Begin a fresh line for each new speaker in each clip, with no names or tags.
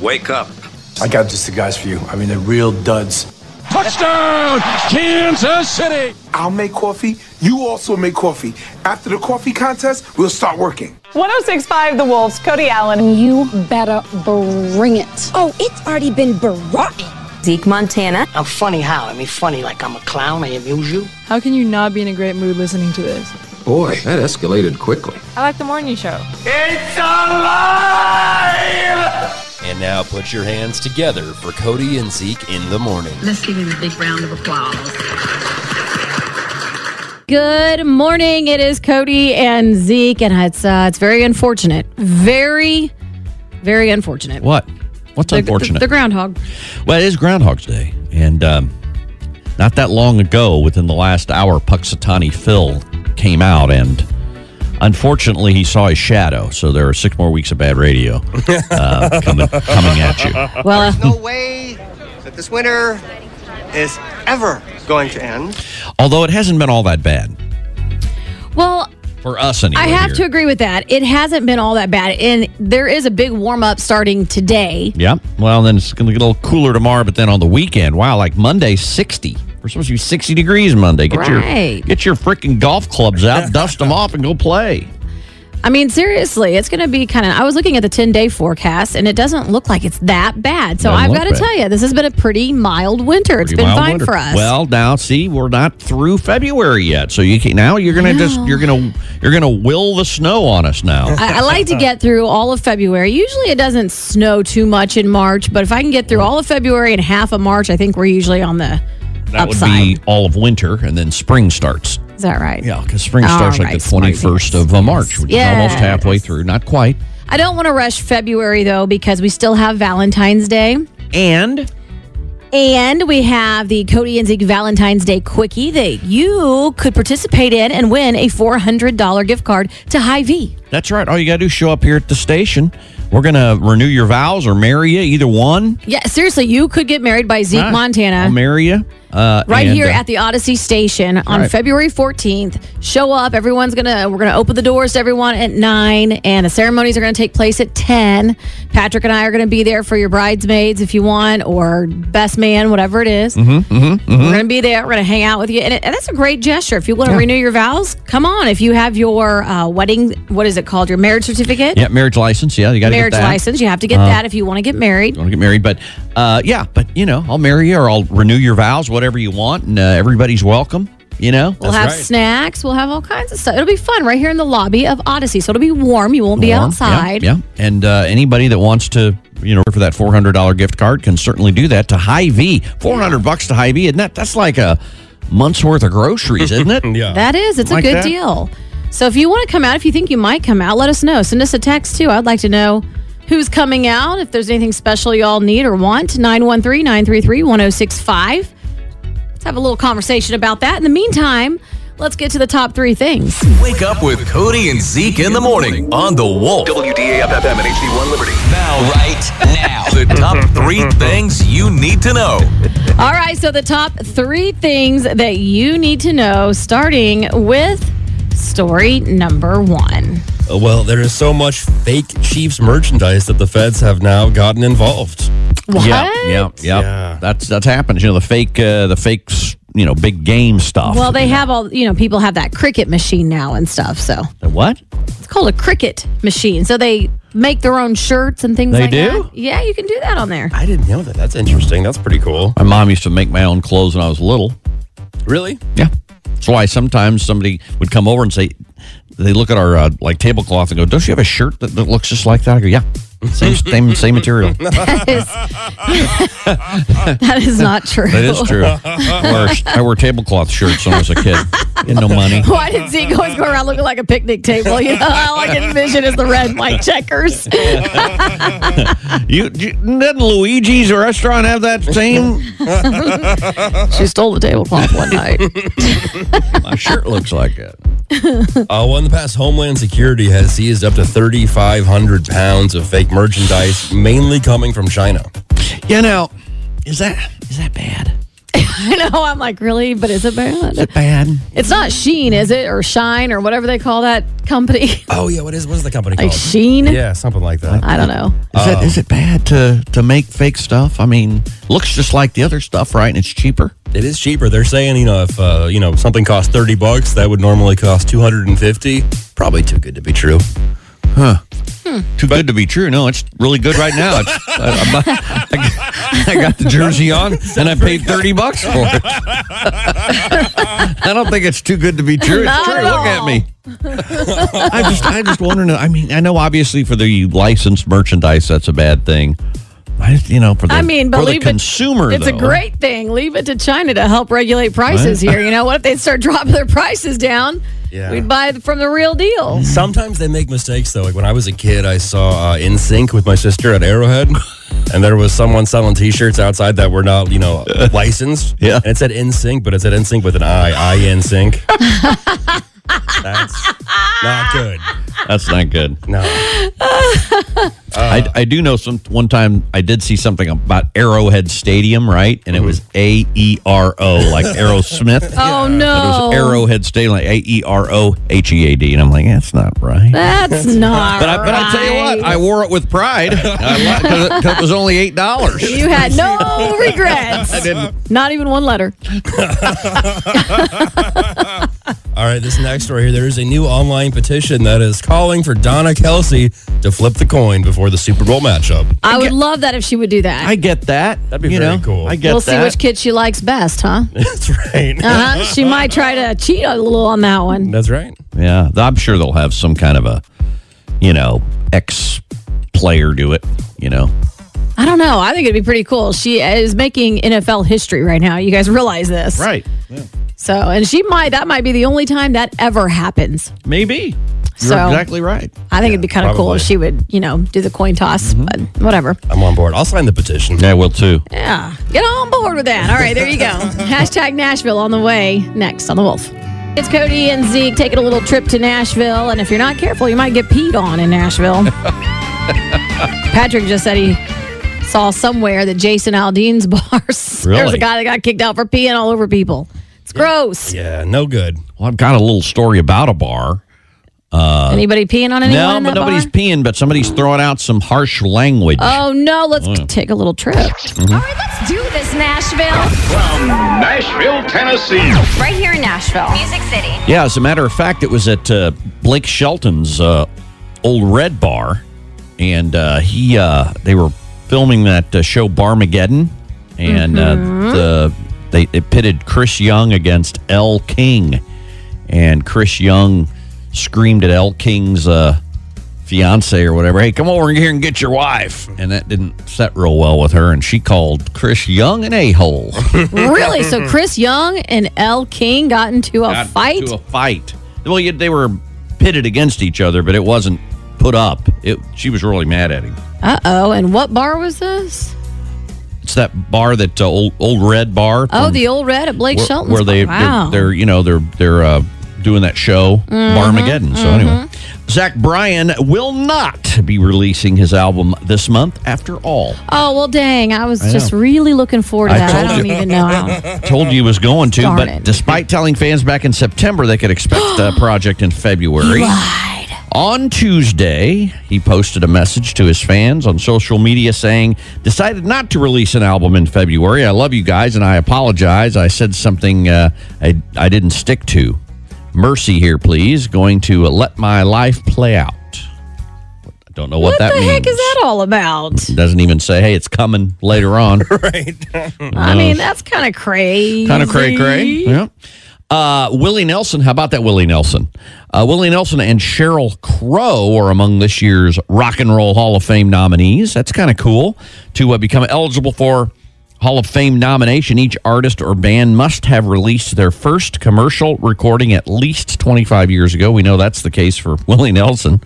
Wake up.
I got just the guys for you. I mean, they're real duds.
Touchdown, Kansas City!
I'll make coffee. You also make coffee. After the coffee contest, we'll start working.
1065 The Wolves, Cody Allen.
You better bring it.
Oh, it's already been baroque.
Zeke Montana.
I'm funny how? I mean, funny like I'm a clown, I amuse you.
How can you not be in a great mood listening to this?
Boy, that escalated quickly.
I like the morning show.
It's alive!
And now put your hands together for Cody and Zeke in the morning.
Let's give him a big round of applause.
Good morning. It is Cody and Zeke, and it's uh, it's very unfortunate. Very, very unfortunate.
What? What's
the,
unfortunate?
The, the, groundhog.
Well, it is Groundhog's Day, and um, not that long ago, within the last hour, Puxatani Phil came out and. Unfortunately, he saw his shadow, so there are six more weeks of bad radio uh, coming, coming at you.
Well,
there's no way that this winter is ever going to end.
Although it hasn't been all that bad
uh, well,
for us anyway.
I have
here.
to agree with that. It hasn't been all that bad, and there is a big warm up starting today.
Yeah. Well, then it's going to get a little cooler tomorrow, but then on the weekend, wow, like Monday, sixty. We're supposed to be sixty degrees Monday. Get your
Right.
get your freaking golf clubs out, dust them off, and go play.
I mean, seriously, it's going to be kind of. I was looking at the 10 day forecast, and it doesn't look like it's that bad. So
Doesn't
I've
look
got to
bad.
tell you, this has been a pretty mild winter. It's
Pretty
been
mild
fine
winter.
for us.
Well, now see, we're not through February yet, so you can now you're gonna just
know. Uh,
you're gonna you're gonna will the snow on us now.
I, I like to get through all of February. Usually it doesn't snow too much in March, but if I can get through all of February and half of March, I think we're usually on the
that would
upside.
be all of winter, and then spring starts.
Is that right?
Yeah, because spring
All
starts
right,
like the
smart,
twenty first of uh, March, which is almost
Yes.
halfway through. Not quite.
I don't want to rush February though because we still have Valentine's Day.
And
And we have the Cody and Zeke Valentine's Day Quickie that you could participate in and win a $400 gift card to Hy-Vee.
That's right. All you got to do is show up here at the station. We're going to renew your vows or marry you, either one.
Yeah, seriously, you could get married by Zeke
Right. I'll
Montana
marry you. Uh,
right
and,
here
uh,
at the Odyssey Station on
right.
February 14th. Show up. Everyone's going to, we're going to open the doors to everyone at 9, and the ceremonies are going to take place at 10. Patrick and I are going to be there for your bridesmaids if you want, or best man, whatever it is.
Mm-hmm,
We're going to be there. We're going to hang out with you. And, it, and that's a great gesture. If you want to renew your vows, come on. If you have your uh, wedding, what is it called? Your marriage certificate?
Yeah, marriage license. Yeah, you got to
Marriage
get that. Uh,
license. You have to get that if you want to get married.
You want to get married, but uh, yeah, but you know, I'll marry you or I'll renew your vows, whatever you want, and uh, everybody's welcome. You know,
We'll have snacks. We'll have all kinds of stuff. It'll be fun right here in the lobby of Odyssey. So it'll be warm. You won't be
Warm, yeah,
outside.
Yeah, and uh, anybody that wants to, you know, work for that four hundred dollar gift card can certainly do that to High V. Four hundred bucks to High V, isn't that? That's like a month's worth of groceries, isn't it? yeah.
That is. It's
Like
a good
that?
deal. So if you want to come out, if you think you might come out, let us know. Send us a text too. I'd like to know who's coming out, if there's anything special y'all need or want. 913 933 1065. Let's have a little conversation about that. In the meantime, let's get to the top three things.
Wake up with Cody and Zeke in the morning on The Wolf. WDAFFM
E.
and HD1 Liberty. Now, right now. the top three things you need to know.
All right, so the top three things that you need to know, starting with story number one.
Uh, Well, there is so much fake Chiefs merchandise that the feds have now gotten involved.
What?
Yeah, yeah, yeah, That's that's happened. You know the fake, uh, the fake, s- you know, big game stuff.
Well, they have all, you know, people have that cricket machine now and stuff. So
The what?
it's called a cricket machine. So they make their own shirts and things
They
like
do?
that. Yeah, you can do that on there.
I didn't know that. That's interesting. That's pretty cool.
My mom used to make my own clothes when I was little.
Really?
Yeah, that's why sometimes somebody would come over and say, they look at our uh, like tablecloth and go, "Don't you have a shirt that, that looks just like that?" I go, "Yeah, same same same material."
That is, that is not true.
That is true. I wore, I wore tablecloth shirts when I was a kid. Had no money.
Why did Zeke always go around looking like a picnic table? You know, all I can envision is the red and white checkers.
You, you didn't Luigi's restaurant have that same?
she stole the tablecloth one night.
My shirt looks like it.
Uh, well, in the past, Homeland Security has seized up to 3,500 pounds of fake merchandise, mainly coming from China.
Yeah, now is that is that bad?
I know. I'm like, really? But is it bad? Is
it bad?
It's not Sheen, is it? Or Shine or whatever they call that company.
Oh yeah, what is what is the company
Like
called?
Sheen?
Yeah, something like that.
I don't know.
Is, it, is it bad to, to make fake stuff? I mean, looks just like the other stuff, right? And it's cheaper.
It is cheaper. They're saying you know if uh, you know something costs thirty bucks, that would normally cost two hundred and fifty. Probably too good to be true.
Huh. Too good to be true. No, it's really good right now. It's, I, I bought- I, I got the jersey on and I paid 30 bucks for it. I don't think it's too good to be true. It's
Not
true.
at
Look at
all.
me. I just I just want to know. I mean, I know obviously for the licensed merchandise that's a bad thing. I you know for the
I mean,
for
believe
the consumer
it. It's
though.
a great thing. Leave it to China to help regulate prices
Right.
here. You know, what if they start dropping their prices down?
Yeah.
We'd buy from the real deal.
Sometimes they make mistakes though. Like when I was a kid, I saw uh, In Sync with my sister at Arrowhead, and there was someone selling T-shirts outside that were not, you know, licensed. Yeah, and it said In Sync, but it said In Sync with an I, I In Sync. That's not good.
That's not good.
No.
I, I do know some. One time I did see something about Arrowhead Stadium, right? And it was A E R O, like Aerosmith.
Oh,
But it
no.
was Arrowhead Stadium, like A E R O H E A D. And I'm like, that's not right.
That's not
But I, but I tell you
right.
what, I wore it with pride because it was only eight dollars.
You had no regrets.
I didn't.
Not even one letter.
All right, this next story here. There is a new online petition that is calling for Donna Kelsey to flip the coin before the Super Bowl matchup.
I would love that if she would do that.
I get that. That'd
be very cool.
I get
we'll see
that.
which kid she likes best, huh?
That's right.
Uh-huh. she might try to cheat a little on that one.
That's right.
Yeah, th- I'm sure they'll have some kind of a, you know, ex player do it. You know,
I don't know. I think it'd be pretty cool. She is making NFL history right now. You guys realize this.
right?
So, and she might, that might be the only time that ever happens.
Maybe. You're
So-
exactly right.
I think it'd be kind of cool
probably.
if she would, you know, do the coin toss,
Mm-hmm.
but whatever.
I'm on board. I'll sign the petition.
Yeah, I will too.
Yeah. Get on board with that. All right, there you go. Hashtag Nashville on the way next on The Wolf. It's Cody and Zeke taking a little trip to Nashville, and if you're not careful, you might get peed on in Nashville. Patrick just said he saw somewhere that Jason Aldean's bars. There was
Really?
a guy that got kicked out for peeing all over people. It's gross.
Yeah, no good.
Well, I've got a little story about a bar.
Anybody peeing on anyone?
Uh, no,
in
but
that
nobody's
bar?
peeing, but somebody's throwing out some harsh language.
Oh no! Let's take a little trip. All right, let's do this, Nashville.
From Nashville, Tennessee.
Right here in Nashville. Music City.
Yeah, as a matter of fact, it was at uh, Blake Shelton's uh, old Red Bar, and uh, he uh, they were filming that uh, show Barmageddon, and uh, the they it pitted Chris Young against L King, and Chris Young screamed at L King's uh, fiance or whatever, "Hey, come over here and get your wife," and that didn't set real well with her, and she called Chris Young an a hole.
really? So Chris Young and L. King got into a
got
fight?
To a fight. Well, you, they were pitted against each other, but it wasn't put up. It, she was really mad at him.
Uh oh. And what bar was this?
It's that bar that uh, old old red bar.
Oh,
from-
the old red at Blake
where,
Shelton's.
where Um, they
bar. wow. Mm-hmm,
they're, they're you know they're they're uh, doing that show Barmageddon. So anyway, Zach Bryan will not be releasing his album this month. After all,
oh well, dang! I was
I
just
know.
really looking forward to
I
that. I
told
don't
you.
even know. how.
told you he was going to,
Darn
but
it.
despite telling fans back in September they could expect the project in February. On Tuesday, he posted a message to his fans on social media saying, Decided not to release an album in February. I love you guys and I apologize. I said something uh, I, I didn't stick to. Mercy here, please. Going to uh, let my life play out. I don't know what,
What
that
the
means.
heck is that all about?
Doesn't even say, hey, it's coming later on.
I mean, that's kind of crazy.
kind of cray cray. Yeah. Uh, Willie Nelson, how about that, Willie Nelson? Uh, Willie Nelson and Cheryl Crow are among this year's Rock and Roll Hall of Fame nominees. That's kind of cool to uh, become eligible for Hall of Fame nomination. Each artist or band must have released their first commercial recording at least 25 years ago. We know that's the case for Willie Nelson.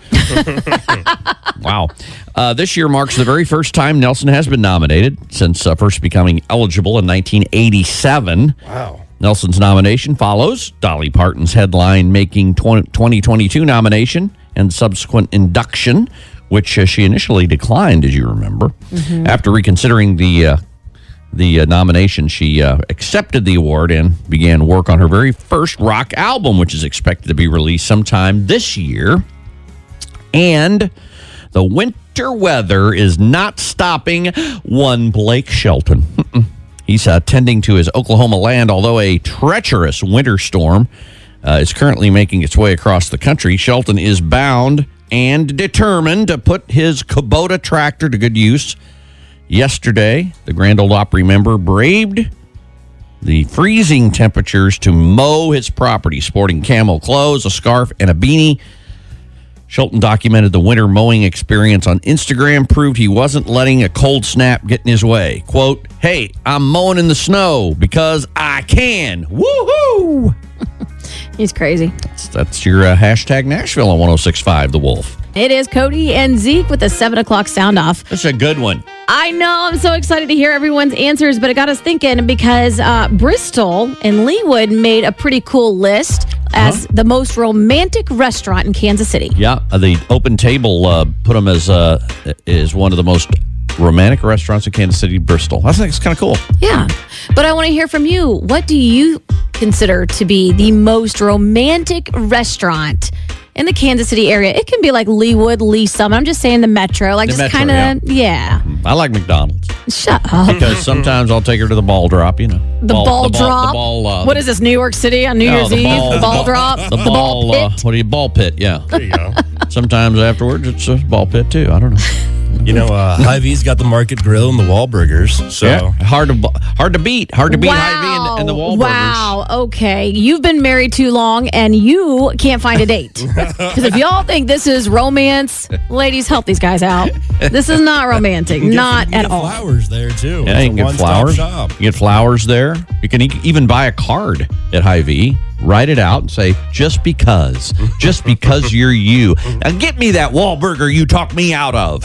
Wow. Uh, this year marks the very first time Nelson has been nominated since uh, first becoming eligible in 1987. Wow. Nelson's nomination follows Dolly Parton's headline making 20, 2022 nomination and subsequent induction, which uh, she initially declined, as you remember, after reconsidering the. Uh, the uh, nomination, she uh, accepted the award and began work on her very first rock album, which is expected to be released sometime this year. And the winter weather is not stopping one Blake Shelton. Mm-mm. He's uh, tending to his Oklahoma land, although a treacherous winter storm uh, is currently making its way across the country. Shelton is bound and determined to put his Kubota tractor to good use. Yesterday, the Grand Ole Opry member braved the freezing temperatures to mow his property, sporting camel clothes, a scarf, and a beanie. Shelton documented the winter mowing experience on Instagram, proved he wasn't letting a cold snap get in his way. Quote, Hey, I'm mowing in the snow because I can. Woohoo!
He's crazy.
That's, that's your uh, hashtag Nashville on 1065 The Wolf.
It is Cody and Zeke with a seven o'clock sound off.
That's a good one.
I know. I'm so excited to hear everyone's answers, but it got us thinking because uh, Bristol and Leewood made a pretty cool list as the most romantic restaurant in Kansas City.
Yeah, uh, the open table uh, put them as uh, is one of the most romantic restaurants in Kansas City, Bristol. I think it's kind of cool.
Yeah. But I want to hear from you. What do you consider to be the most romantic restaurant in the Kansas City area? It can be like Leewood, Lee Summit. I'm just saying the metro. Like
The
just
metro,
kind of, yeah.
I like McDonald's
Shut up.
because sometimes I'll take her to the ball drop. You know,
The ball,
the
drop.
The ball, uh,
what is this, New York City on New
no,
Year's
the
Eve?
ball-
The ball drop?
The ball. uh, what do you ball pit? Yeah. There you go. sometimes afterwards, it's a ball pit too. I don't know.
You know, uh, Hy-Vee's got the Market Grill and the Wahlburgers, so
Yeah, hard to bu- hard to beat, hard to beat
wow.
Hy-Vee and, and the Wahlburgers.
Wow. Okay. You've been married too long and you can't find a date. Because if y'all think this is romance, ladies, help these guys out. This is not romantic. not at all.
flowers there too.
Yeah,
It's
you
a
can get
one-stop
flowers.
shop.
You get flowers there. You can e- even buy a card at Hy-Vee, write it out, and say, "Just because, just because you're you." Now get me that Wahlburger you talked me out of.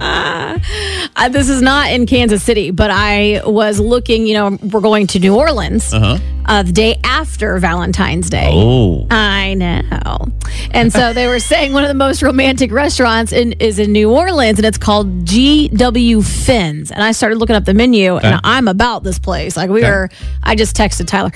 Uh, this is not in Kansas City, but I was looking, you know, we're going to New Orleans
Uh-huh.
uh, the day after Valentine's Day.
Oh.
I know. And so they were saying one of the most romantic restaurants in, is in New Orleans, and it's called G.W. Finn's. And I started looking up the menu, and
Okay.
I'm about this place. Like, we
Okay.
were, I just texted Tyler,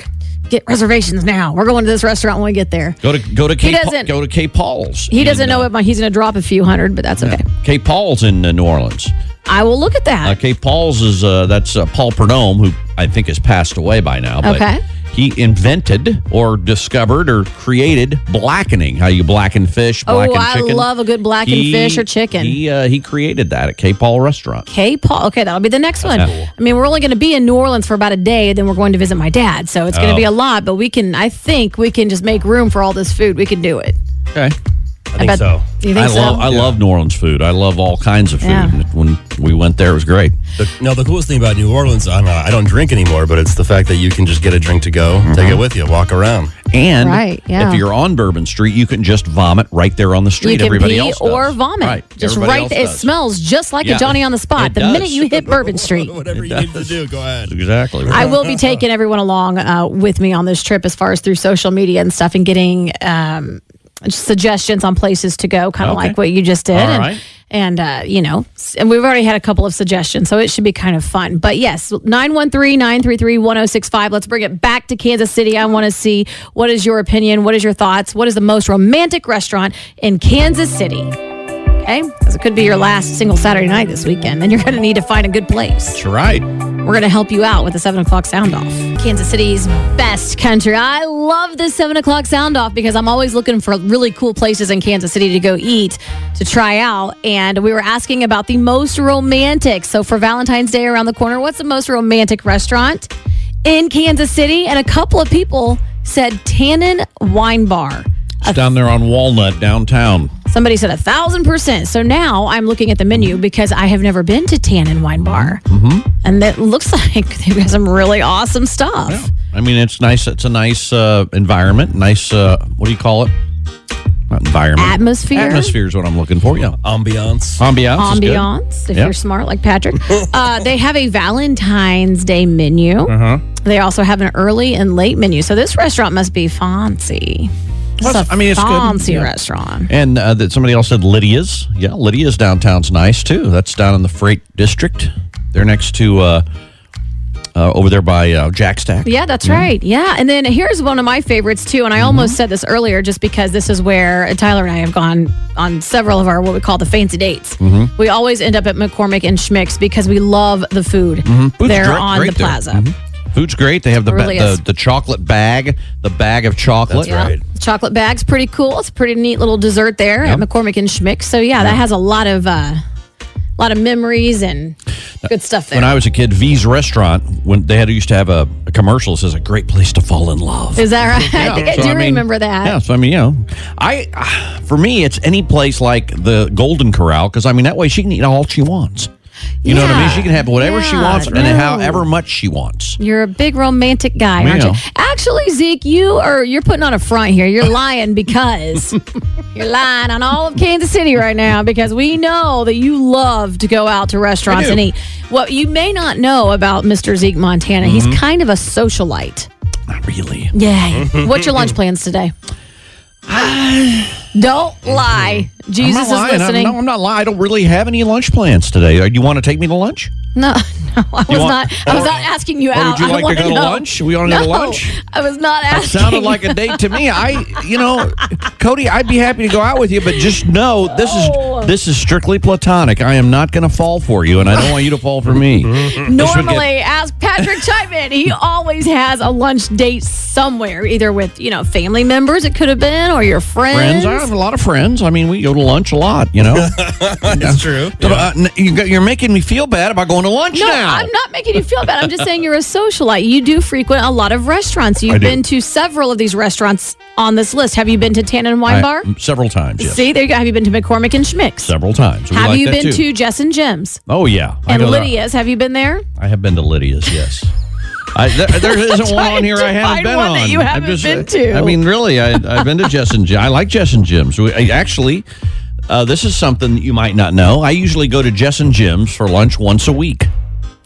get reservations now. We're going to this restaurant when we get there.
Go to go to
He
K. Pa-
doesn't-
go to K. Paul's.
He doesn't know if my, he's going to drop a few hundred, but that's okay.
K. Paul's in uh, New Orleans.
I will look at that.
Uh, K. Paul's is uh, that's uh, Paul Perdome, who I think has passed away by now. But
Okay.
He invented or discovered or created blackening. How you blacken fish, blacken
oh, I
chicken.
love a good blackened
He-
fish or chicken.
He uh, he created that at K. Paul Restaurant.
Okay, Paul. Okay, that'll be the next one.
cool.
I mean, we're only going to be in New Orleans for about a day, then we're going to visit my dad. So it's going to
Oh.
be a lot, but we can, I think we can just make room for all this food. We can do it.
Okay.
I think
bet-
so.
You think
I
so?
love I love New Orleans food. I love all kinds of food.
Yeah.
And When we went there, it was great.
The, no, the coolest thing about New Orleans, I don't, I don't drink anymore, but it's the fact that you can just get a drink to go, take it with you, walk around.
And
Right, yeah.
if you're on Bourbon Street, you can just vomit right there on the street.
you can
Everybody
pee
else does.
or vomit.
Right.
Just
Everybody
right.
else
It
does.
smells just like
Yeah.
a Johnny on the spot.
It
the
does.
minute you hit Bourbon Street.
Whatever you need to do, go ahead.
Exactly.
I will be taking everyone along uh, with me on this trip as far as through social media and stuff and getting um, suggestions on places to go, kind of
Okay.
like what you just did.
All
and,
right.
and uh, you know, s- and we've already had a couple of suggestions, so it should be kind of fun. But yes, 913 933 1065. Let's bring it back to Kansas City. I want to see what is your opinion? What is your thoughts? What is the most romantic restaurant in Kansas City? Okay, 'Cause it could be your last single Saturday night this weekend, and you're going to need to find a good place.
That's right.
We're going to help you out with the 7 o'clock sound off. Kansas City's best country. I love this 7 o'clock sound off because I'm always looking for really cool places in Kansas City to go eat, to try out. And we were asking about the most romantic. So for Valentine's Day around the corner, what's the most romantic restaurant in Kansas City? And a couple of people said Tannin Wine Bar.
It's down there on Walnut downtown.
Somebody said a thousand percent. So now I'm looking at the menu because I have never been to Tannin Wine Bar. Mm-hmm. And that looks like they've got some really awesome stuff.
I mean, it's nice. It's a nice uh, environment. Nice. Uh, what do you call it? Not environment.
Atmosphere?
Atmosphere is what I'm looking for. Yeah.
Ambiance.
Ambiance. is good.
Ambiance, if
Yeah.
you're smart like Patrick. uh, they have a Valentine's Day menu.
Uh-huh.
They also have an early and late menu. So this restaurant must be fancy.
Well,
it's a
I mean, it's good.
fancy
Yeah.
restaurant.
And uh, that somebody else said Lydia's. Yeah, Lydia's downtown's nice too. That's down in the Freight District. They're next to uh, uh, over there by uh, Jack Stack.
Yeah, that's right. Yeah. And then here's one of my favorites, too. And I
Mm-hmm.
almost said this earlier just because this is where Tyler and I have gone on several of our what we call the fancy dates.
Mhm.
We always end up at McCormick and Schmick's because we love the food
Mhm. Food's
there
great-
on
great
the
there.
plaza.
Mhm. Food's great. They have the,
It
ba-
really is.
the the chocolate bag, the bag of chocolate.
Yeah. Chocolate bag's pretty cool. It's a pretty neat little dessert there at McCormick and Schmick's. So yeah, that has a lot of uh, lot of memories and good stuff there.
Uh, When I was a kid, V's restaurant when they had used to have a, a commercial that says a great place to fall in love.
Is that right? I think I
So,
do
I mean,
remember that.
Yeah, so I mean, you know, I ah, for me it's any place like the Golden Corral because I mean that way she can eat all she wants. You know what I mean?
Yeah.
She can have whatever she
Yeah,
wants
no.
and however much she wants.
You're a big romantic guy,
Me
aren't you?
know.
Actually, Zeke, you are you're putting on a front here. You're lying because you're lying on all of Kansas City right now because we know that you love to go out to restaurants
do.
and eat. What you may not know about Mr. Zeke Montana,
Mhm.
he's kind of a socialite.
Really?
Yeah.
Mm-hmm.
What's your lunch plans today? Don't lie. Jesus
Mm-hmm. I'm
is
not lying.
listening.
I'm, no, I'm not lying. I don't really have any lunch plans today. Uh, You want to take me to lunch?
No, no, I was
You want-
not. I was
or-
not asking you
or
out.
would you like
I
to
wanna
go to
know.
lunch? We wanna
no,
go to lunch?
I was not
That
asking.
sounded like a date to me. I, you know, Cody, I'd be happy to go out with you, but just know this is this is strictly platonic. I am not going to fall for you, and I don't want you to fall for me. This would get-
Normally, ask Patrick Chapman. He always has a lunch date somewhere, either with you know family members. It could have been or your friends.
friends. I have a lot of friends. I mean, we go to lunch a lot. You know, it's true. you got, you're making me feel bad about going to lunch
no,
now.
I'm not making you feel bad. I'm just saying you're a socialite. You do frequent a lot of restaurants. You've
do.
been to several of these restaurants on this list. Have you been to Tannen Wine
I-
Bar?
several times. Yes,
See, there you go. Have you been to McCormick and Schmick's?
several times. We
have
like
you
that,
been
too.
to Jess and Jim's
Oh yeah, I
and
go there.
Lydia's? Have you been there?
I have been to Lydia's, yes. I, there, there isn't one on here I haven't
find
been
one
on.
that you
I'm
haven't been
uh,
to.
I mean, really, I, I've been to Jess and Jim. I like Jess and Jim's. We, I, actually, uh, this is something that you might not know. I usually go to Jess and Jim's for lunch once a week.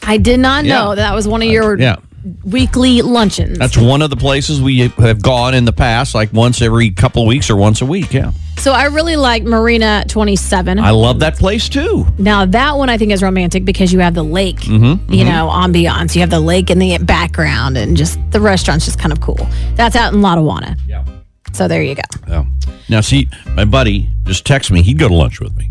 I did not know
Yeah.
that was one of your
Yeah.
weekly luncheons.
That's one of the places we have gone in the past, like once every couple of weeks or once a week. Yeah.
So I really like Marina 27.
I love that place too.
now that one I think is romantic because you have the lake,
Mhm, mhm.
you know, ambiance. You have the lake in the background and just the restaurant's just kind of cool. That's out in Lotawana. Yeah. So there you go.
Yeah. Now, see, my buddy just texted me. He'd go to lunch with me.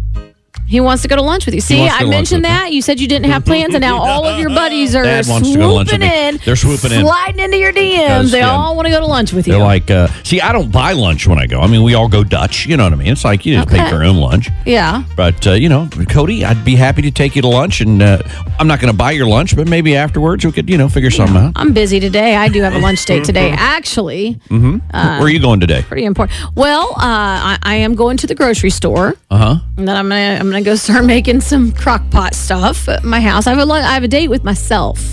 He wants to go to lunch with you. See,
wants to
I
go to lunch
mentioned
with me.
that. You said you didn't have plans, and now all of your buddies are
Dad wants to go to lunch with
swooping
me.
in.
They're swooping in.
Sliding into your DMs.
Because,
They
yeah,
all want to go to lunch with you.
They're like, uh, see, I don't buy lunch when I go. I mean, we all go Dutch. You know what I mean? It's like you just pay
Okay.
for your own lunch.
yeah.
But uh, you know, Cody, I'd be happy to take you to lunch, and uh, I'm not going to buy your lunch, but maybe afterwards we could, you know, figure something out.
I'm busy today. I do have a lunch date today. Actually,
hmm
Uh,
Where are you going today?
pretty important. Well, uh, I, I am going to the grocery store,
Uh huh.
and then I'm gonna I'm gonna go start making some crock pot stuff at my house. I have a lun- I have a date with myself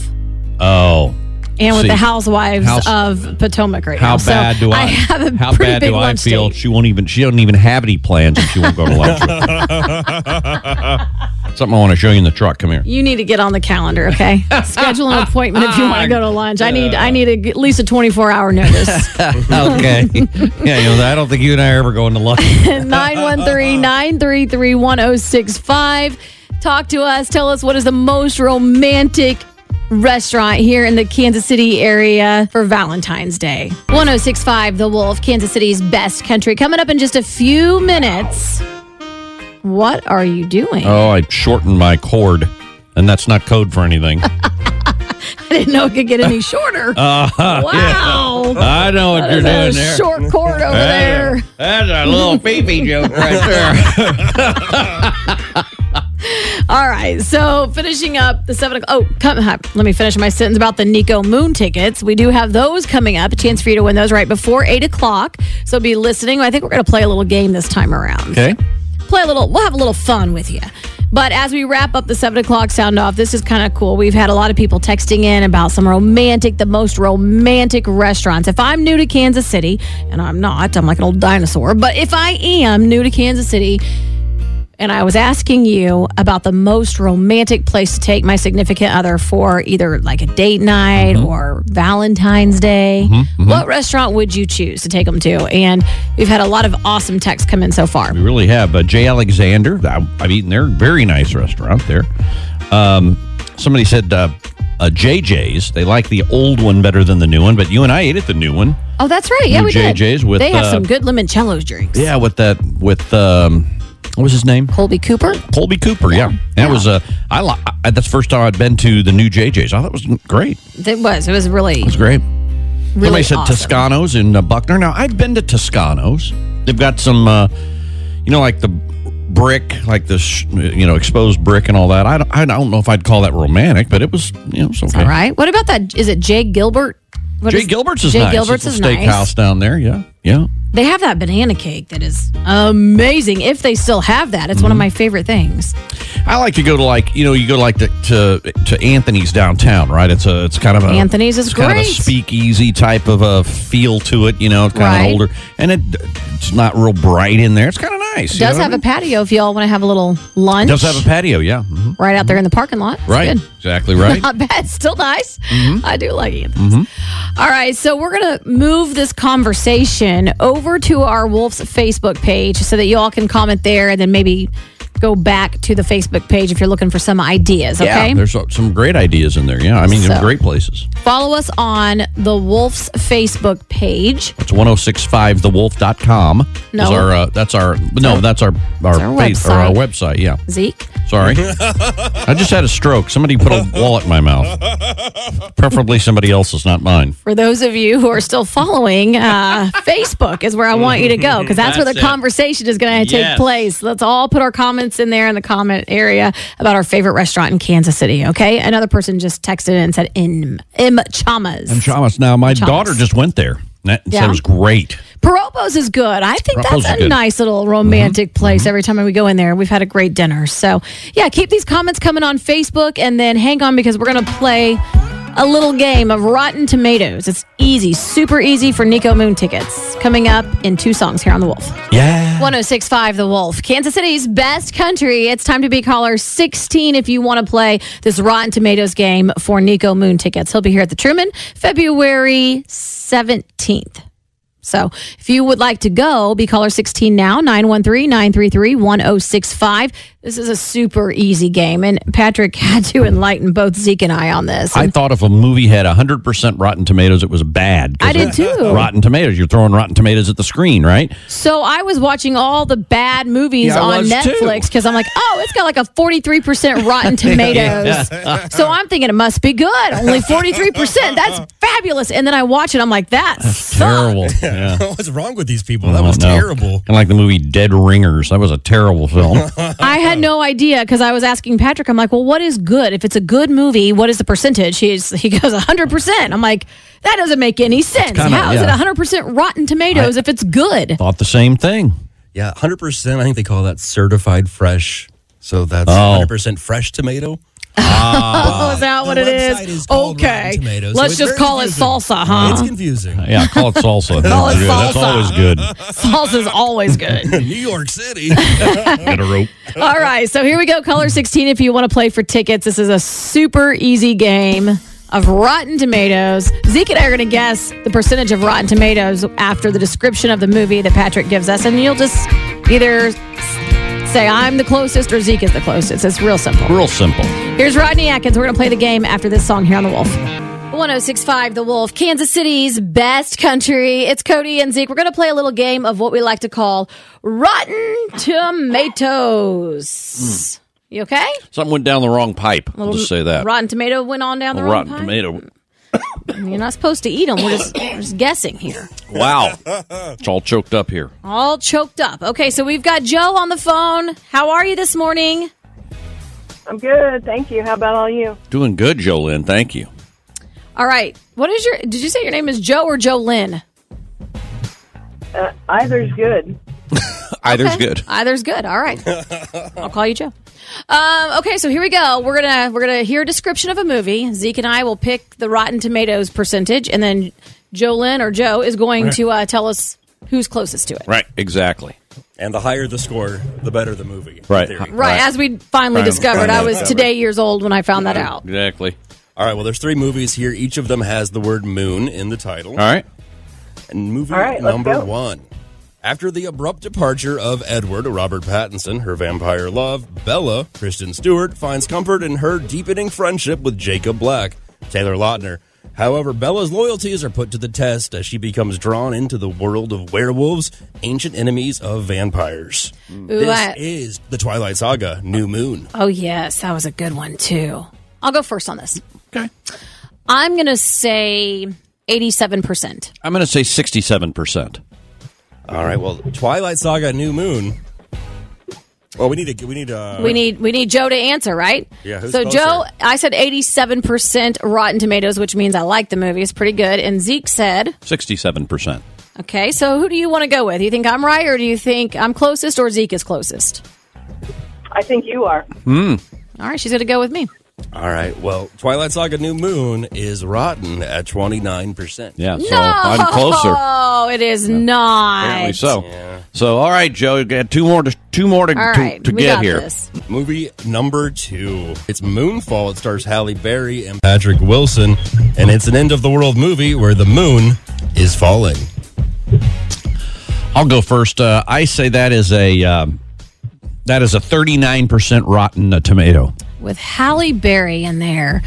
Oh.
and with
See,
the housewives
House-
of Potomac right
How
now. So
bad do I?
have a
how
pretty
bad
big
do I
lunch
feel?
date.
She won't even. She doesn't even have any plans, and she won't go to lunch. with me. Something I want to show you in the truck. Come here.
You need to get on the calendar, okay? Schedule an appointment if you want to go to lunch. I need I need a, at least a 24 hour notice.
okay. Yeah, you know, I don't think you and I are ever going to lunch.
913-933-1065. Talk to us. Tell us what is the most romantic restaurant here in the Kansas City area for Valentine's Day. 1065 The Wolf, Kansas City's best country. Coming up in just a few minutes. What are you doing?
Oh, I shortened my cord, and that's not code for anything.
I didn't know it could get any shorter.
Uh-huh.
Wow.
Yeah. I know what
That
you're
is a
doing there.
Short cord over
Yeah.
there.
That's a little pee-pee joke right there.
All right. So finishing up the seven o'clock. Oh, come, hi, let me finish my sentence about the Nico Moon tickets. We do have those coming up. A chance for you to win those right before eight o'clock. So be listening. I think we're going to play a little game this time around.
Okay.
Play a little. We'll have a little fun with you. But as we wrap up the seven o'clock sound off, this is kind of cool. We've had a lot of people texting in about some romantic, the most romantic restaurants. If I'm new to Kansas City, and I'm not, I'm like an old dinosaur, but if I am new to Kansas City, and I was asking you about the most romantic place to take my significant other for either like a date night or Valentine's Day. What restaurant would you choose to take them to? And we've had a lot of awesome texts come in so far.
We really have uh, Jay Alexander. I- I've eaten there. Very nice restaurant there. Um, Somebody said uh, uh, JJ's. They like the old one better than the new one, but you and I ate at the new one.
Oh, that's right. Yeah,
New
we
JJ's
did.
with,
they have
uh,
some good limoncello's drinks.
Yeah, with that, with um, what was his name?
Colby Cooper.
Colby Cooper. Yeah, that was uh, I li- I, that's the first time I'd been to the new JJ's. I thought it was great. It
It was. It was really,
was great. Somebody
really
said
awesome.
Toscano's in uh, Buckner. Now I've been to Toscano's. They've got some, uh, you know, like the brick, like the sh- you know exposed brick and all that. I don't, I don't know if I'd call that romantic, but it was you know it's okay.
All right. What about that? Is it Jay Gilbert? What
Jay Gilbert's is
Jay
nice.
Gilbert's
it's
is
a steakhouse
nice.
down there. Yeah, yeah.
They have that banana cake that is amazing. If they still have that, it's one
Mm-hmm.
of my favorite things.
I like to go to like you know you go to like the, to to Anthony's downtown, right? It's a it's kind of a
Anthony's is
it's kind of a
great.
speakeasy type of a feel to it, you know, it's kind of
Right.
an older and it it's not real bright in there. It's kind of nice.
Does have a patio if y'all want to have a little lunch.
does have a patio, yeah, Mhm.
right out there in the parking lot. It's
right,
good.
exactly right.
Not bad. Still nice.
Mhm.
I do like it.
hmm
All right, so we're going to move this conversation over to our Wolves Facebook page so that you all can comment there and then maybe go back to the Facebook page if you're looking for some ideas, okay?
Yeah, there's so- some great ideas in there. Yeah, I mean,
So.
some great places.
Follow us on the Wolves Facebook page.
It's 1065thewolf.com.
No.
is our, uh, that's our no, that's our our,
our
face- or our website. Yeah,
Zeke?
Sorry. I just had a stroke. Somebody put a wallet in my mouth. Preferably somebody else's, not mine.
For those of you who are still following, uh, Facebook is where I want you to go because that's, where the
That's it.
conversation is going to take
Yes.
place. Let's all put our comments in there in the comment area about our favorite restaurant in Kansas City, okay? Another person just texted in and said, M. M. Chamas.
And Chamas. Now, my
Chamas.
daughter just went there. And that and said
Yeah.
it was great.
Parobos is good. I think
Parobos is
that's a
good.
nice little romantic place. Every time we go in there, we've had a great dinner. So, yeah, keep these comments coming on Facebook and then hang on because we're going to play a little game of Rotten Tomatoes. It's easy, super easy for Nico Moon tickets coming up in two songs here on The Wolf.
Yeah.
1065 The Wolf, Kansas City's best country. It's time to be caller 16 if you want to play this Rotten Tomatoes game for Nico Moon tickets. He'll be here at the Truman February 17th. So if you would like to go, be caller 16 now, 913 933 1065. This is a super easy game. And Patrick had to enlighten both Zeke and I on this.
I thought if a movie had 100% Rotten Tomatoes, it was bad. 'cause
I did
of
too.
Rotten Tomatoes. You're throwing Rotten Tomatoes at the screen, right?
So I was watching all the bad movies
Yeah, I
on
was too.
Netflix because I'm like, oh, it's got like a 43% Rotten Tomatoes.
Yeah.
So I'm thinking it must be good. Only 43%. That's fabulous. And then I watch it. I'm like, that's
Terrible. Yeah.
What's wrong with these people? That was
Oh, No.
terrible.
And like the movie Dead Ringers. That was a terrible film.
I had no idea because I was asking Patrick. I'm like, well, what is good? If it's a good movie, what is the percentage? He's, he goes 100%. I'm like, that doesn't make any sense. How is
kinda- yeah.
it 100% Rotten Tomatoes if it's good?
thought the same thing.
Yeah, 100%. I think they call that certified fresh. So that's
Oh.
100% fresh tomato.
Oh, is that what it is? okay.
Tomatoes, so
Let's
it's
just
very
call
confusing.
it salsa, huh?
It's confusing.
Yeah, call it salsa.
Call it
That's good. That's
salsa.
always good.
Salsa's always good.
New York City.
Get a rope.
All right, so here we go. Color 16 if you want to play for tickets. This is a super easy game of Rotten Tomatoes. Zeke and I are going to guess the percentage of Rotten Tomatoes after the description of the movie that Patrick gives us, and you'll just either say, I'm the closest or Zeke is the closest. It's real simple.
Real simple.
Here's Rodney Atkins. We're going to play the game after this song here on The Wolf. 1065 The Wolf, Kansas City's best country. It's Cody and Zeke. We're going to play a little game of what we like to call Rotten Tomatoes. You okay?
Something went down the wrong pipe. I'll just say that.
Rotten Tomato went on down the wrong
rotten
pipe.
tomato.
You're not supposed to eat them. We're just, we're just guessing here.
Wow. it's all choked up here.
All choked up. Okay, so we've got Joe on the phone. How are you this morning?
I'm good, thank you. How about all you?
Doing good, Jolynn. Thank you.
All right. What is your, did you say your name is Joe or Joe Lynn?
Uh, either's good.
Either's good.
Either's good. All right. I'll call you Joe. Um, okay, so here we go. We're gonna we're gonna hear a description of a movie. Zeke and I will pick the Rotten Tomatoes percentage, and then Jolynn or Joe is going to uh, tell us who's closest to it.
Right. Exactly.
and the higher the score, the better the movie.
Right.
Right, as we finally
Finally-
discovered, I
finally
was
discovered.
today years old when I found that out.
Exactly.
All right. Well, there's three movies here. Each of them has the word moon in the title. All
right.
And movie
All right, let's
number
go.
one After the abrupt departure of Edward Robert Pattinson, her vampire love, Bella Kristen Stewart finds comfort in her deepening friendship with Jacob Black, Taylor Lautner. However, Bella's loyalties are put to the test as she becomes drawn into the world of werewolves, ancient enemies of vampires. this
I-
is the Twilight Saga New Moon.
Oh, yes. That was a good one, too. I'll go first on this. Okay. I'm going to say 87%.
I'm going to say 67%.
All right, well, Twilight Saga New Moon. Well, we need to we need uh
we need we need Joe to answer, right?
Yeah, who's
So
closer?
Joe, I said 87% Rotten Tomatoes, which means I like the movie. It's pretty good. And Zeke said,
67%.
"Okay, so who do you want to go with? You think I'm right or do you think I'm closest or Zeke is closest?"
I think you are.
Hmm.
All right, she's going to go with me.
All right. Well, Twilight Saga New Moon is rotten at 29%.
Yeah. So
no,
I'm closer.
it is not.
Apparently so. So, all right, Joe, you got two more to, two more to,
All
to-
right,
to
we
get
got
here.
this.
Movie number two. It's Moonfall. It stars Halle Berry and Patrick Wilson. And it's an end of the world movie where the moon is falling.
I'll go first. Uh, I say that is a um, that is a 39% rotten uh, tomato.
With Halle Berry in there.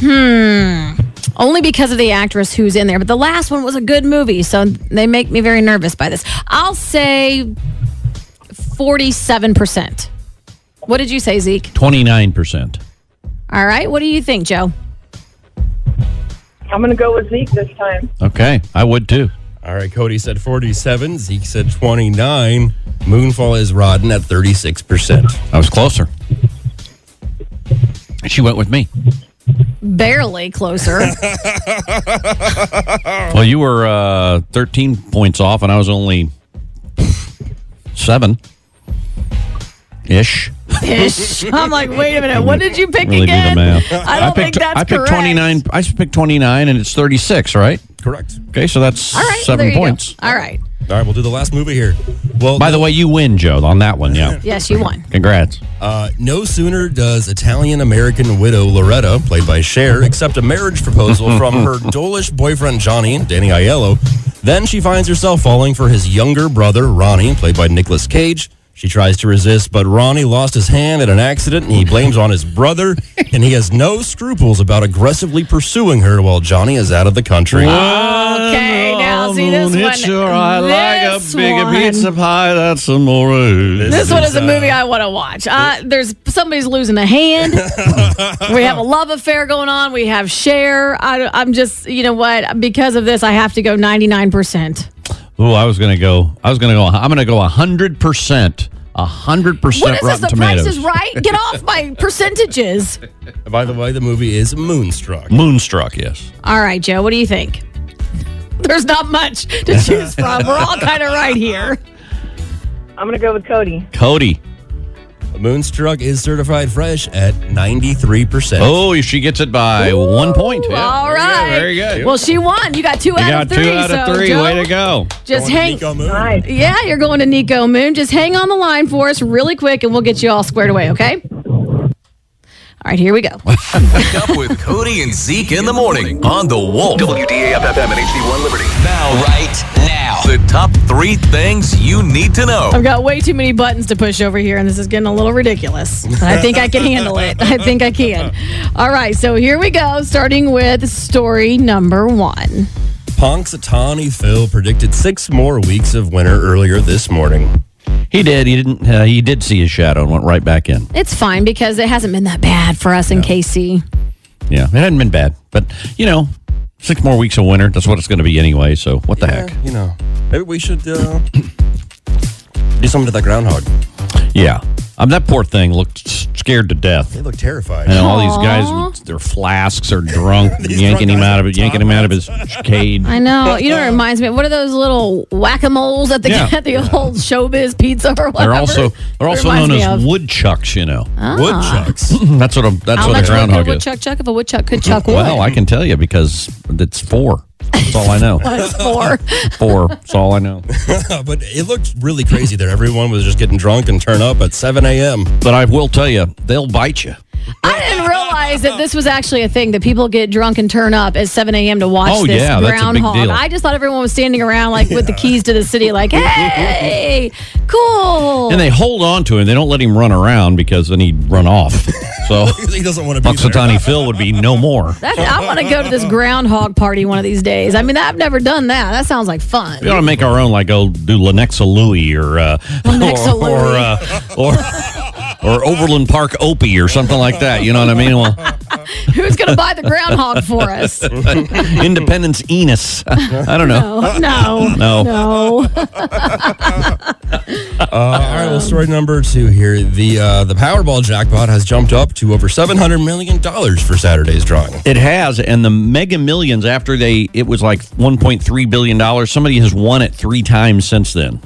Hmm. Only because of the actress who's in there, but the last one was a good movie, so they make me very nervous by this. I'll say 47%. What did you say, Zeke?
29%.
All right. What do you think, Joe?
I'm going to go with Zeke this time.
Okay. I would too.
All right. Cody said 47. Zeke said 29. Moonfall is rotten at 36%.
I was closer. She went with me.
Barely closer.
Well, you were uh, 13 points off, and I was only seven ish.
Ish. I'm like, wait a minute. What did you pick
Really do the
again?
math.
I don't think
picked,
that's
I picked
correct.
29. I picked 29, and it's 36, right?
Correct.
Okay, so that's
All right.
seven
there you go.
points.
All right.
All right, we'll do the last movie here. Well,
By the way, you win, Joe, on that one. Yeah.
Yes, you won.
Congrats.
Uh, no sooner does Italian American widow Loretta, played by Cher, accept a marriage proposal from her dolish boyfriend Johnny, Danny Aiello, then she finds herself falling for his younger brother Ronnie, played by Nicolas Cage. She tries to resist, but Ronnie lost his hand in an accident and he blames on his brother, and he has no scruples about aggressively pursuing her while Johnny is out of the country.
Okay, now see this
Moon
one.
hits your eye like
This
a bigger
one.
pizza pie. That's amore.
This one is a movie I want to watch. Uh, there's somebody's losing a hand. we have a love affair going on. We have share. I, I'm just, you know what? Because of this, I have to go 99. percent
Oh, I was gonna go. I was gonna go. I'm gonna go hundred percent. hundred
What
percent
is this?
Rotten
The
Tomatoes.
price is right. Get off my percentages.
By the way, the movie is Moonstruck.
Moonstruck, yes.
All right, Joe. What do you think? There's not much to choose from. We're all kind of right here.
I'm going to go with Cody.
Cody.
Moonstruck is certified fresh at 93%.
Oh, she gets it by one point. Yeah,
All
there you go,
right.
Very good.
Well, she won. You got two
you
out
got
of three.
two out of
so,
three.
Joe,
Way to go.
Just hang.
Nice.
Yeah, you're going to Nico Moon. Just hang on the line for us really quick and we'll get you all squared away, okay? All right, here we go.
Wake up with Cody and Zeke in the morning on the Wolf. WDAFFM and HD1 Liberty. Now, right now, the top three things you need to know.
I've got way too many buttons to push over here and this is getting a little ridiculous. But I think I can handle it. I think I can. All right, so here we go, starting with story number one.
Punxsutawney Phil predicted six more weeks of winter earlier this morning.
He did. He didn't. Uh, he did see his shadow and went right back in.
It's fine because it hasn't been that bad for us in KC.
Yeah, it hadn't been bad, but you know, six more weeks of winter. That's what it's going to be anyway. So what the heck?
You know, maybe we should uh, do something to that groundhog.
Yeah. Um, that poor thing looked s- scared to death.
They look terrified.
And all these
Aw.
guys with their flasks are drunk, yanking him out of it, yanking him out of his cage.
I know. You know, what it reminds me. What are those little whack a moles at the
Yeah.
at the old showbiz pizza or whatever?
They're also they're also
Reminds
known
me
as
of-
woodchucks, you know.
Ah.
Woodchucks. that's what a that's
How
what a
much would
groundhog
a
is.
woodchuck chuck if a woodchuck could chuck wood?
Well, I can tell you because it's four. That's all I know.
That's four.
Four. That's all I know.
but it looked really crazy there. Everyone was just getting drunk and turn up at 7 a.m.
But I will tell you, they'll bite you.
I didn't realize realize that this was actually a thing that people get drunk and turn up at 7 a.m. to watch
Oh,
this
yeah, that's a big
groundhog.
deal.
I just thought everyone was standing around like with the keys to the city, like, hey, cool.
And they hold on to him. They don't let him run around because then he'd run off. So
he doesn't want
to be Punxsutawney Phil would be no more.
That's, I want to go to this groundhog party one of these days. I mean, I've never done that. That sounds like fun.
We ought to make our own, like go do Lenexa Louie or uh,
Lenexa
or or,
Louie.
uh, or or Overland Park Opie or something like that. You know what I mean? Well,
Who's going to buy the groundhog for us?
Independence Enos. I don't know.
No, no,
No.
no.
Uh, all right. Well, story number two here. The uh, the Powerball jackpot has jumped up to over seven hundred million dollars for Saturday's drawing.
It has, and the Mega Millions after they it was like 1.3 billion dollars. Somebody has won it three times since then,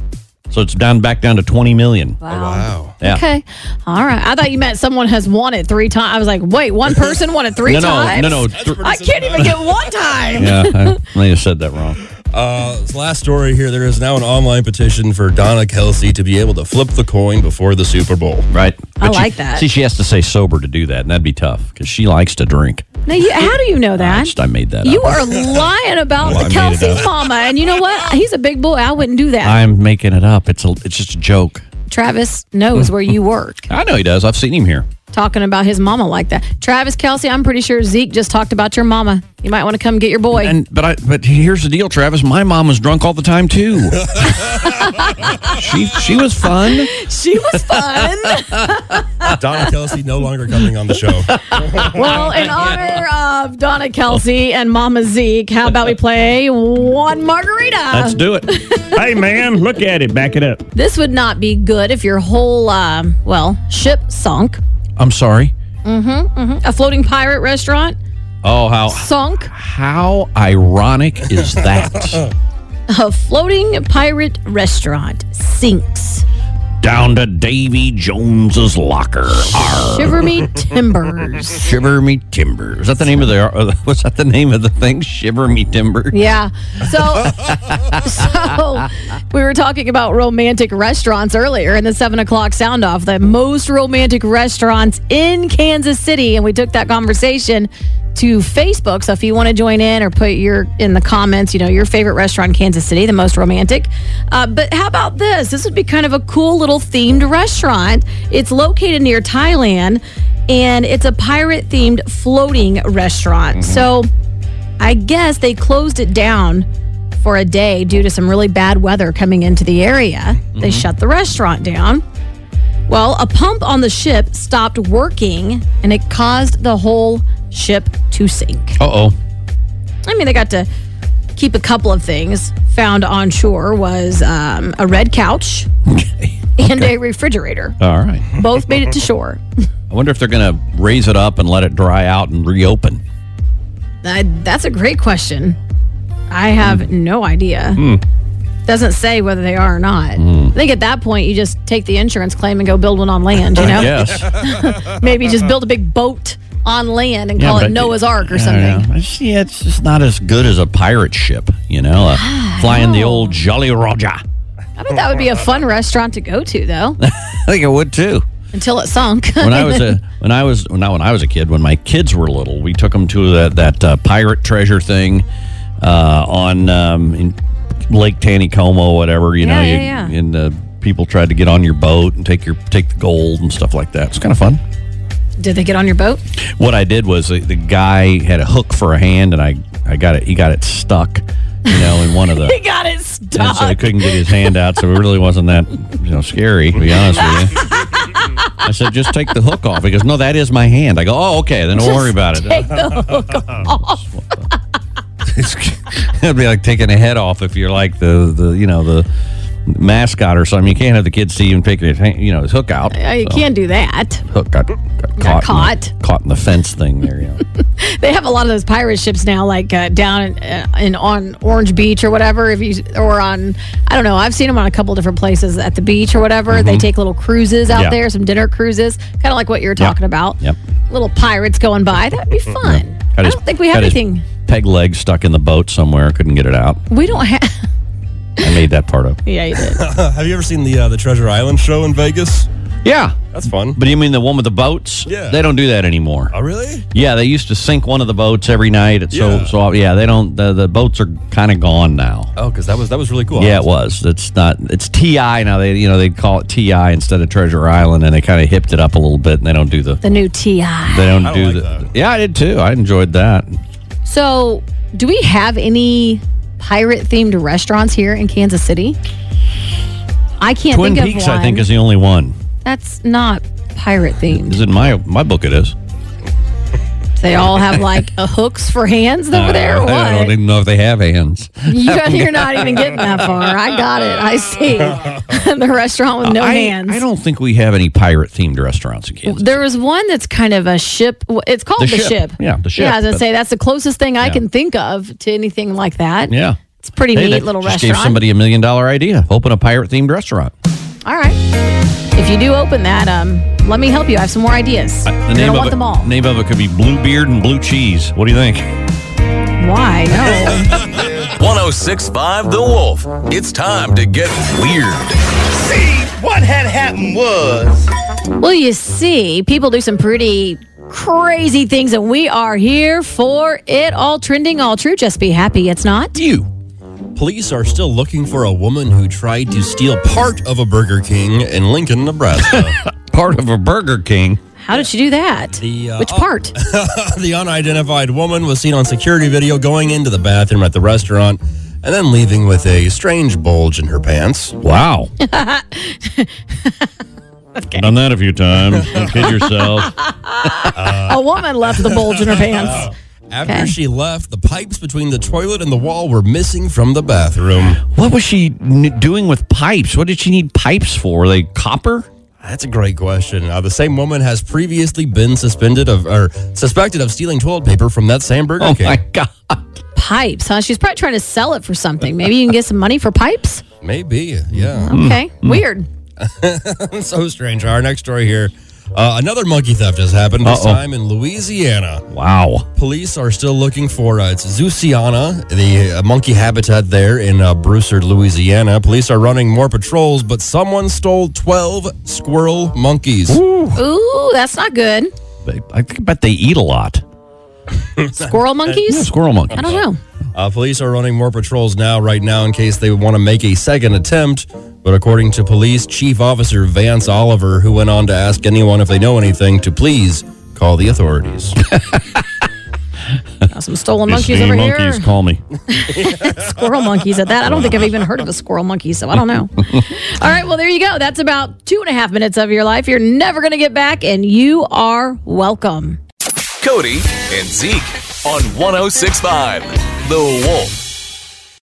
so it's down back down to 20 million.
Wow.
Yeah.
Okay. All right. I thought you meant someone has won it three times. I was like, wait, one person won it three
No, no,
times?
no, no, That's th-
I can't even get one time.
Yeah, I may have said that wrong.
Uh, this last story here. There is now an online petition for Donna Kelsey to be able to flip the coin before the Super Bowl.
Right.
I
But she-
like that.
See, she has to stay sober to do that, and that'd be tough because she likes to drink.
Now, you, how do you know that?
I made that
You
up.
are lying about
Well,
the
I made it
Kelsey's
up.
mama. And you know what? He's a big boy. I wouldn't do that.
I'm making it up. It's a, it's just a joke.
Travis knows where you work.
I know he does. I've seen him here.
Talking about his mama like that. Travis Kelsey, I'm pretty sure Zeke just talked about your mama. You might want to come get your boy.
And but I but here's the deal, Travis. My mom was drunk all the time too. she she was fun.
she was fun.
Donna Kelsey no longer coming on the show. Uh,
well, in honor of Donna Kelsey and Mama Zeke, how about we play one margarita?
Let's do it. hey, man, look at it. Back it up.
This would not be good if your whole, um, well, ship sunk.
I'm sorry.
hmm hmm A floating pirate restaurant
Oh how
sunk.
how ironic is that?
A floating pirate restaurant sinks.
Down to Davy Jones's locker. Arr.
Shiver me timbers.
Shiver me timbers. Is that the name of the? uh, Was that the name of the thing? Shiver me timbers.
Yeah. So, so we were talking about romantic restaurants earlier in the seven o'clock sound off. The most romantic restaurants in Kansas City, and we took that conversation to Facebook. So if you want to join in or put your in the comments, you know your favorite restaurant in Kansas City, the most romantic. Uh, but how about this? This would be kind of a cool little themed restaurant. It's located near Thailand, and it's a pirate themed floating restaurant. So. I guess they closed it down for a day due to some really bad weather coming into the area. They shut the restaurant down. Well, a pump on the ship stopped working and it caused the whole ship to sink.
Uh oh.
I mean, they got to keep a couple of things. Found on shore was um, a red couch and a refrigerator.
All right.
Both made it to shore.
I wonder if they're going to raise it up and let it dry out and reopen.
I, that's a great question. I have no idea.
Hmm.
Doesn't say whether they are or not. I think at that point you just take the insurance claim and go build one on land. You
I
know,
guess.
maybe just build a big boat on land and call it Noah's Ark or something.
See, it's just not as good as a pirate ship, you know,
Ah,
uh, flying the old Jolly Roger.
I bet that would be a fun restaurant to go to though,
I think it would too.
until it sunk.
When I was a when I was not when I was a kid, when my kids were little, we took them to that that uh, pirate treasure thing uh, on um, in Lake Taneycomo, whatever you
Yeah,
know.
yeah,
you,
yeah.
And uh, people tried to get on your boat and take your take the gold and stuff like that. It's kind of fun.
Did they get on your boat?
What I did was the, the guy had a hook for a hand, and I, I got it. He got it stuck, you know, in one of the.
he got it
and
stuck.
so he couldn't get his hand out, so it really wasn't that you know scary. To be honest with you, I said just take the hook off. He goes, no, that is my hand. I go, oh, okay, then don't
Just
worry about
take
it.
the hook off.
It'd be like taking a head off if you're like the the you know the mascot or something. You can't have the kid see him taking his hand, you know his hook out.
Yeah, you
So,
can't do that.
Hook got, got, caught,
caught.
In the, caught in the fence thing there. You know.
They have a lot of those pirate ships now, like uh, down in, uh, in on Orange Beach or whatever. If you or on, I don't know. I've seen them on a couple different places at the beach or whatever. They
Mhm.
take little cruises out
Yeah.
there, some dinner cruises, kind of like what you're talking about.
Yep.
Little pirates going by. That'd be fun.
Got
I
his-
don't think we have
got his
anything.
Peg leg stuck in the boat somewhere. Couldn't get it out.
We don't have.
I made that part up.
Yeah, you did.
Have you ever seen the uh, the Treasure Island show in Vegas?
Yeah.
That's fun.
But you mean the one with the boats?
Yeah.
They don't do that anymore.
Oh, really?
Yeah, they used to sink one of the boats every night. It's
Yeah.
so so yeah, they don't the, the boats are kind of gone now.
Oh, because that was that was really cool.
Yeah, it was. It's not it's TI now. They you know, they call it TI instead of Treasure Island and they kind of hipped it up a little bit and they don't do the
The new TI.
they don't, do the Yeah, I did too. I enjoyed that.
So, do we have any pirate themed restaurants here in Kansas City? I can't
Twin
think
Peaks
of one.
I think is the only one.
That's not pirate themed.
Is in my my book it is.
They all have like a hooks for hands over Oh, there. or
Uh, I
What?
don't even know if they have hands.
You're, you're not even getting that far. I got it. I see. the restaurant with no
I,
hands.
I don't think we have any pirate themed restaurants in Kansas.
There was one that's kind of a ship. well, It's called the,
The ship. Yeah, the ship,
Yeah, I was gonna
but-
say that's the closest thing I
Yeah.
can think of to anything like that.
Yeah.
it's a pretty
Hey,
neat
that
little
just
restaurant.
Gave somebody a million dollar idea. Open a pirate themed restaurant.
all right, if you do open that, um, let me help you. I have some more ideas.
Uh, The
I don't
of
want
it,
them all.
Name of it could be Bluebeard and Blue Cheese. What do you think?
Why? No.
1065 The Wolf. It's time to get weird.
See, what had happened was.
Well, you see, people do some pretty crazy things, and we are here for it all. Trending all true. Just be happy it's not.
You. Police are still looking for a woman who tried to steal part of a Burger King in Lincoln, Nebraska.
part of a Burger King?
How did she do that?
The, uh,
Which part?
the unidentified woman was seen on security video going into the bathroom at the restaurant and then leaving with a strange bulge in her pants.
Wow. Done that a few times. Don't kid yourself.
a woman left the bulge in her pants.
After she left, the pipes between the toilet and the wall were missing from the bathroom.
What was she n- doing with pipes? What did she need pipes for? Were they copper?
That's a great question. Uh, the same woman has previously been suspended of or suspected of stealing toilet paper from that same Burger King.
Oh, my god!
Pipes, huh? She's probably trying to sell it for something. Maybe you can get some money for pipes.
Maybe, yeah.
Okay, weird.
so strange. Our next story here. Uh, another monkey theft has happened, this
Uh-oh.
time in Louisiana.
Wow.
Police are still looking for uh, it's Zeusiana, the uh, monkey habitat there in uh, Broussard, Louisiana. Police are running more patrols, but someone stole 12 squirrel monkeys.
Ooh, that's not good.
They- I think- bet they eat a lot.
Squirrel monkeys?
Yeah, squirrel monkeys.
I don't know.
Uh, police are running more patrols now, right now, in case they want to make a second attempt. But according to police chief officer Vance Oliver, who went on to ask anyone if they know anything to please call the authorities.
Got some stolen
It's
monkeys
the
over
monkeys,
here.
Call me.
squirrel monkeys at that. I don't think I've even heard of a squirrel monkey, so I don't know. All right, well, there you go. That's about two and a half minutes of your life you're never going to get back, and you are welcome.
oh Cody and Zeke on 1065 The Wolf.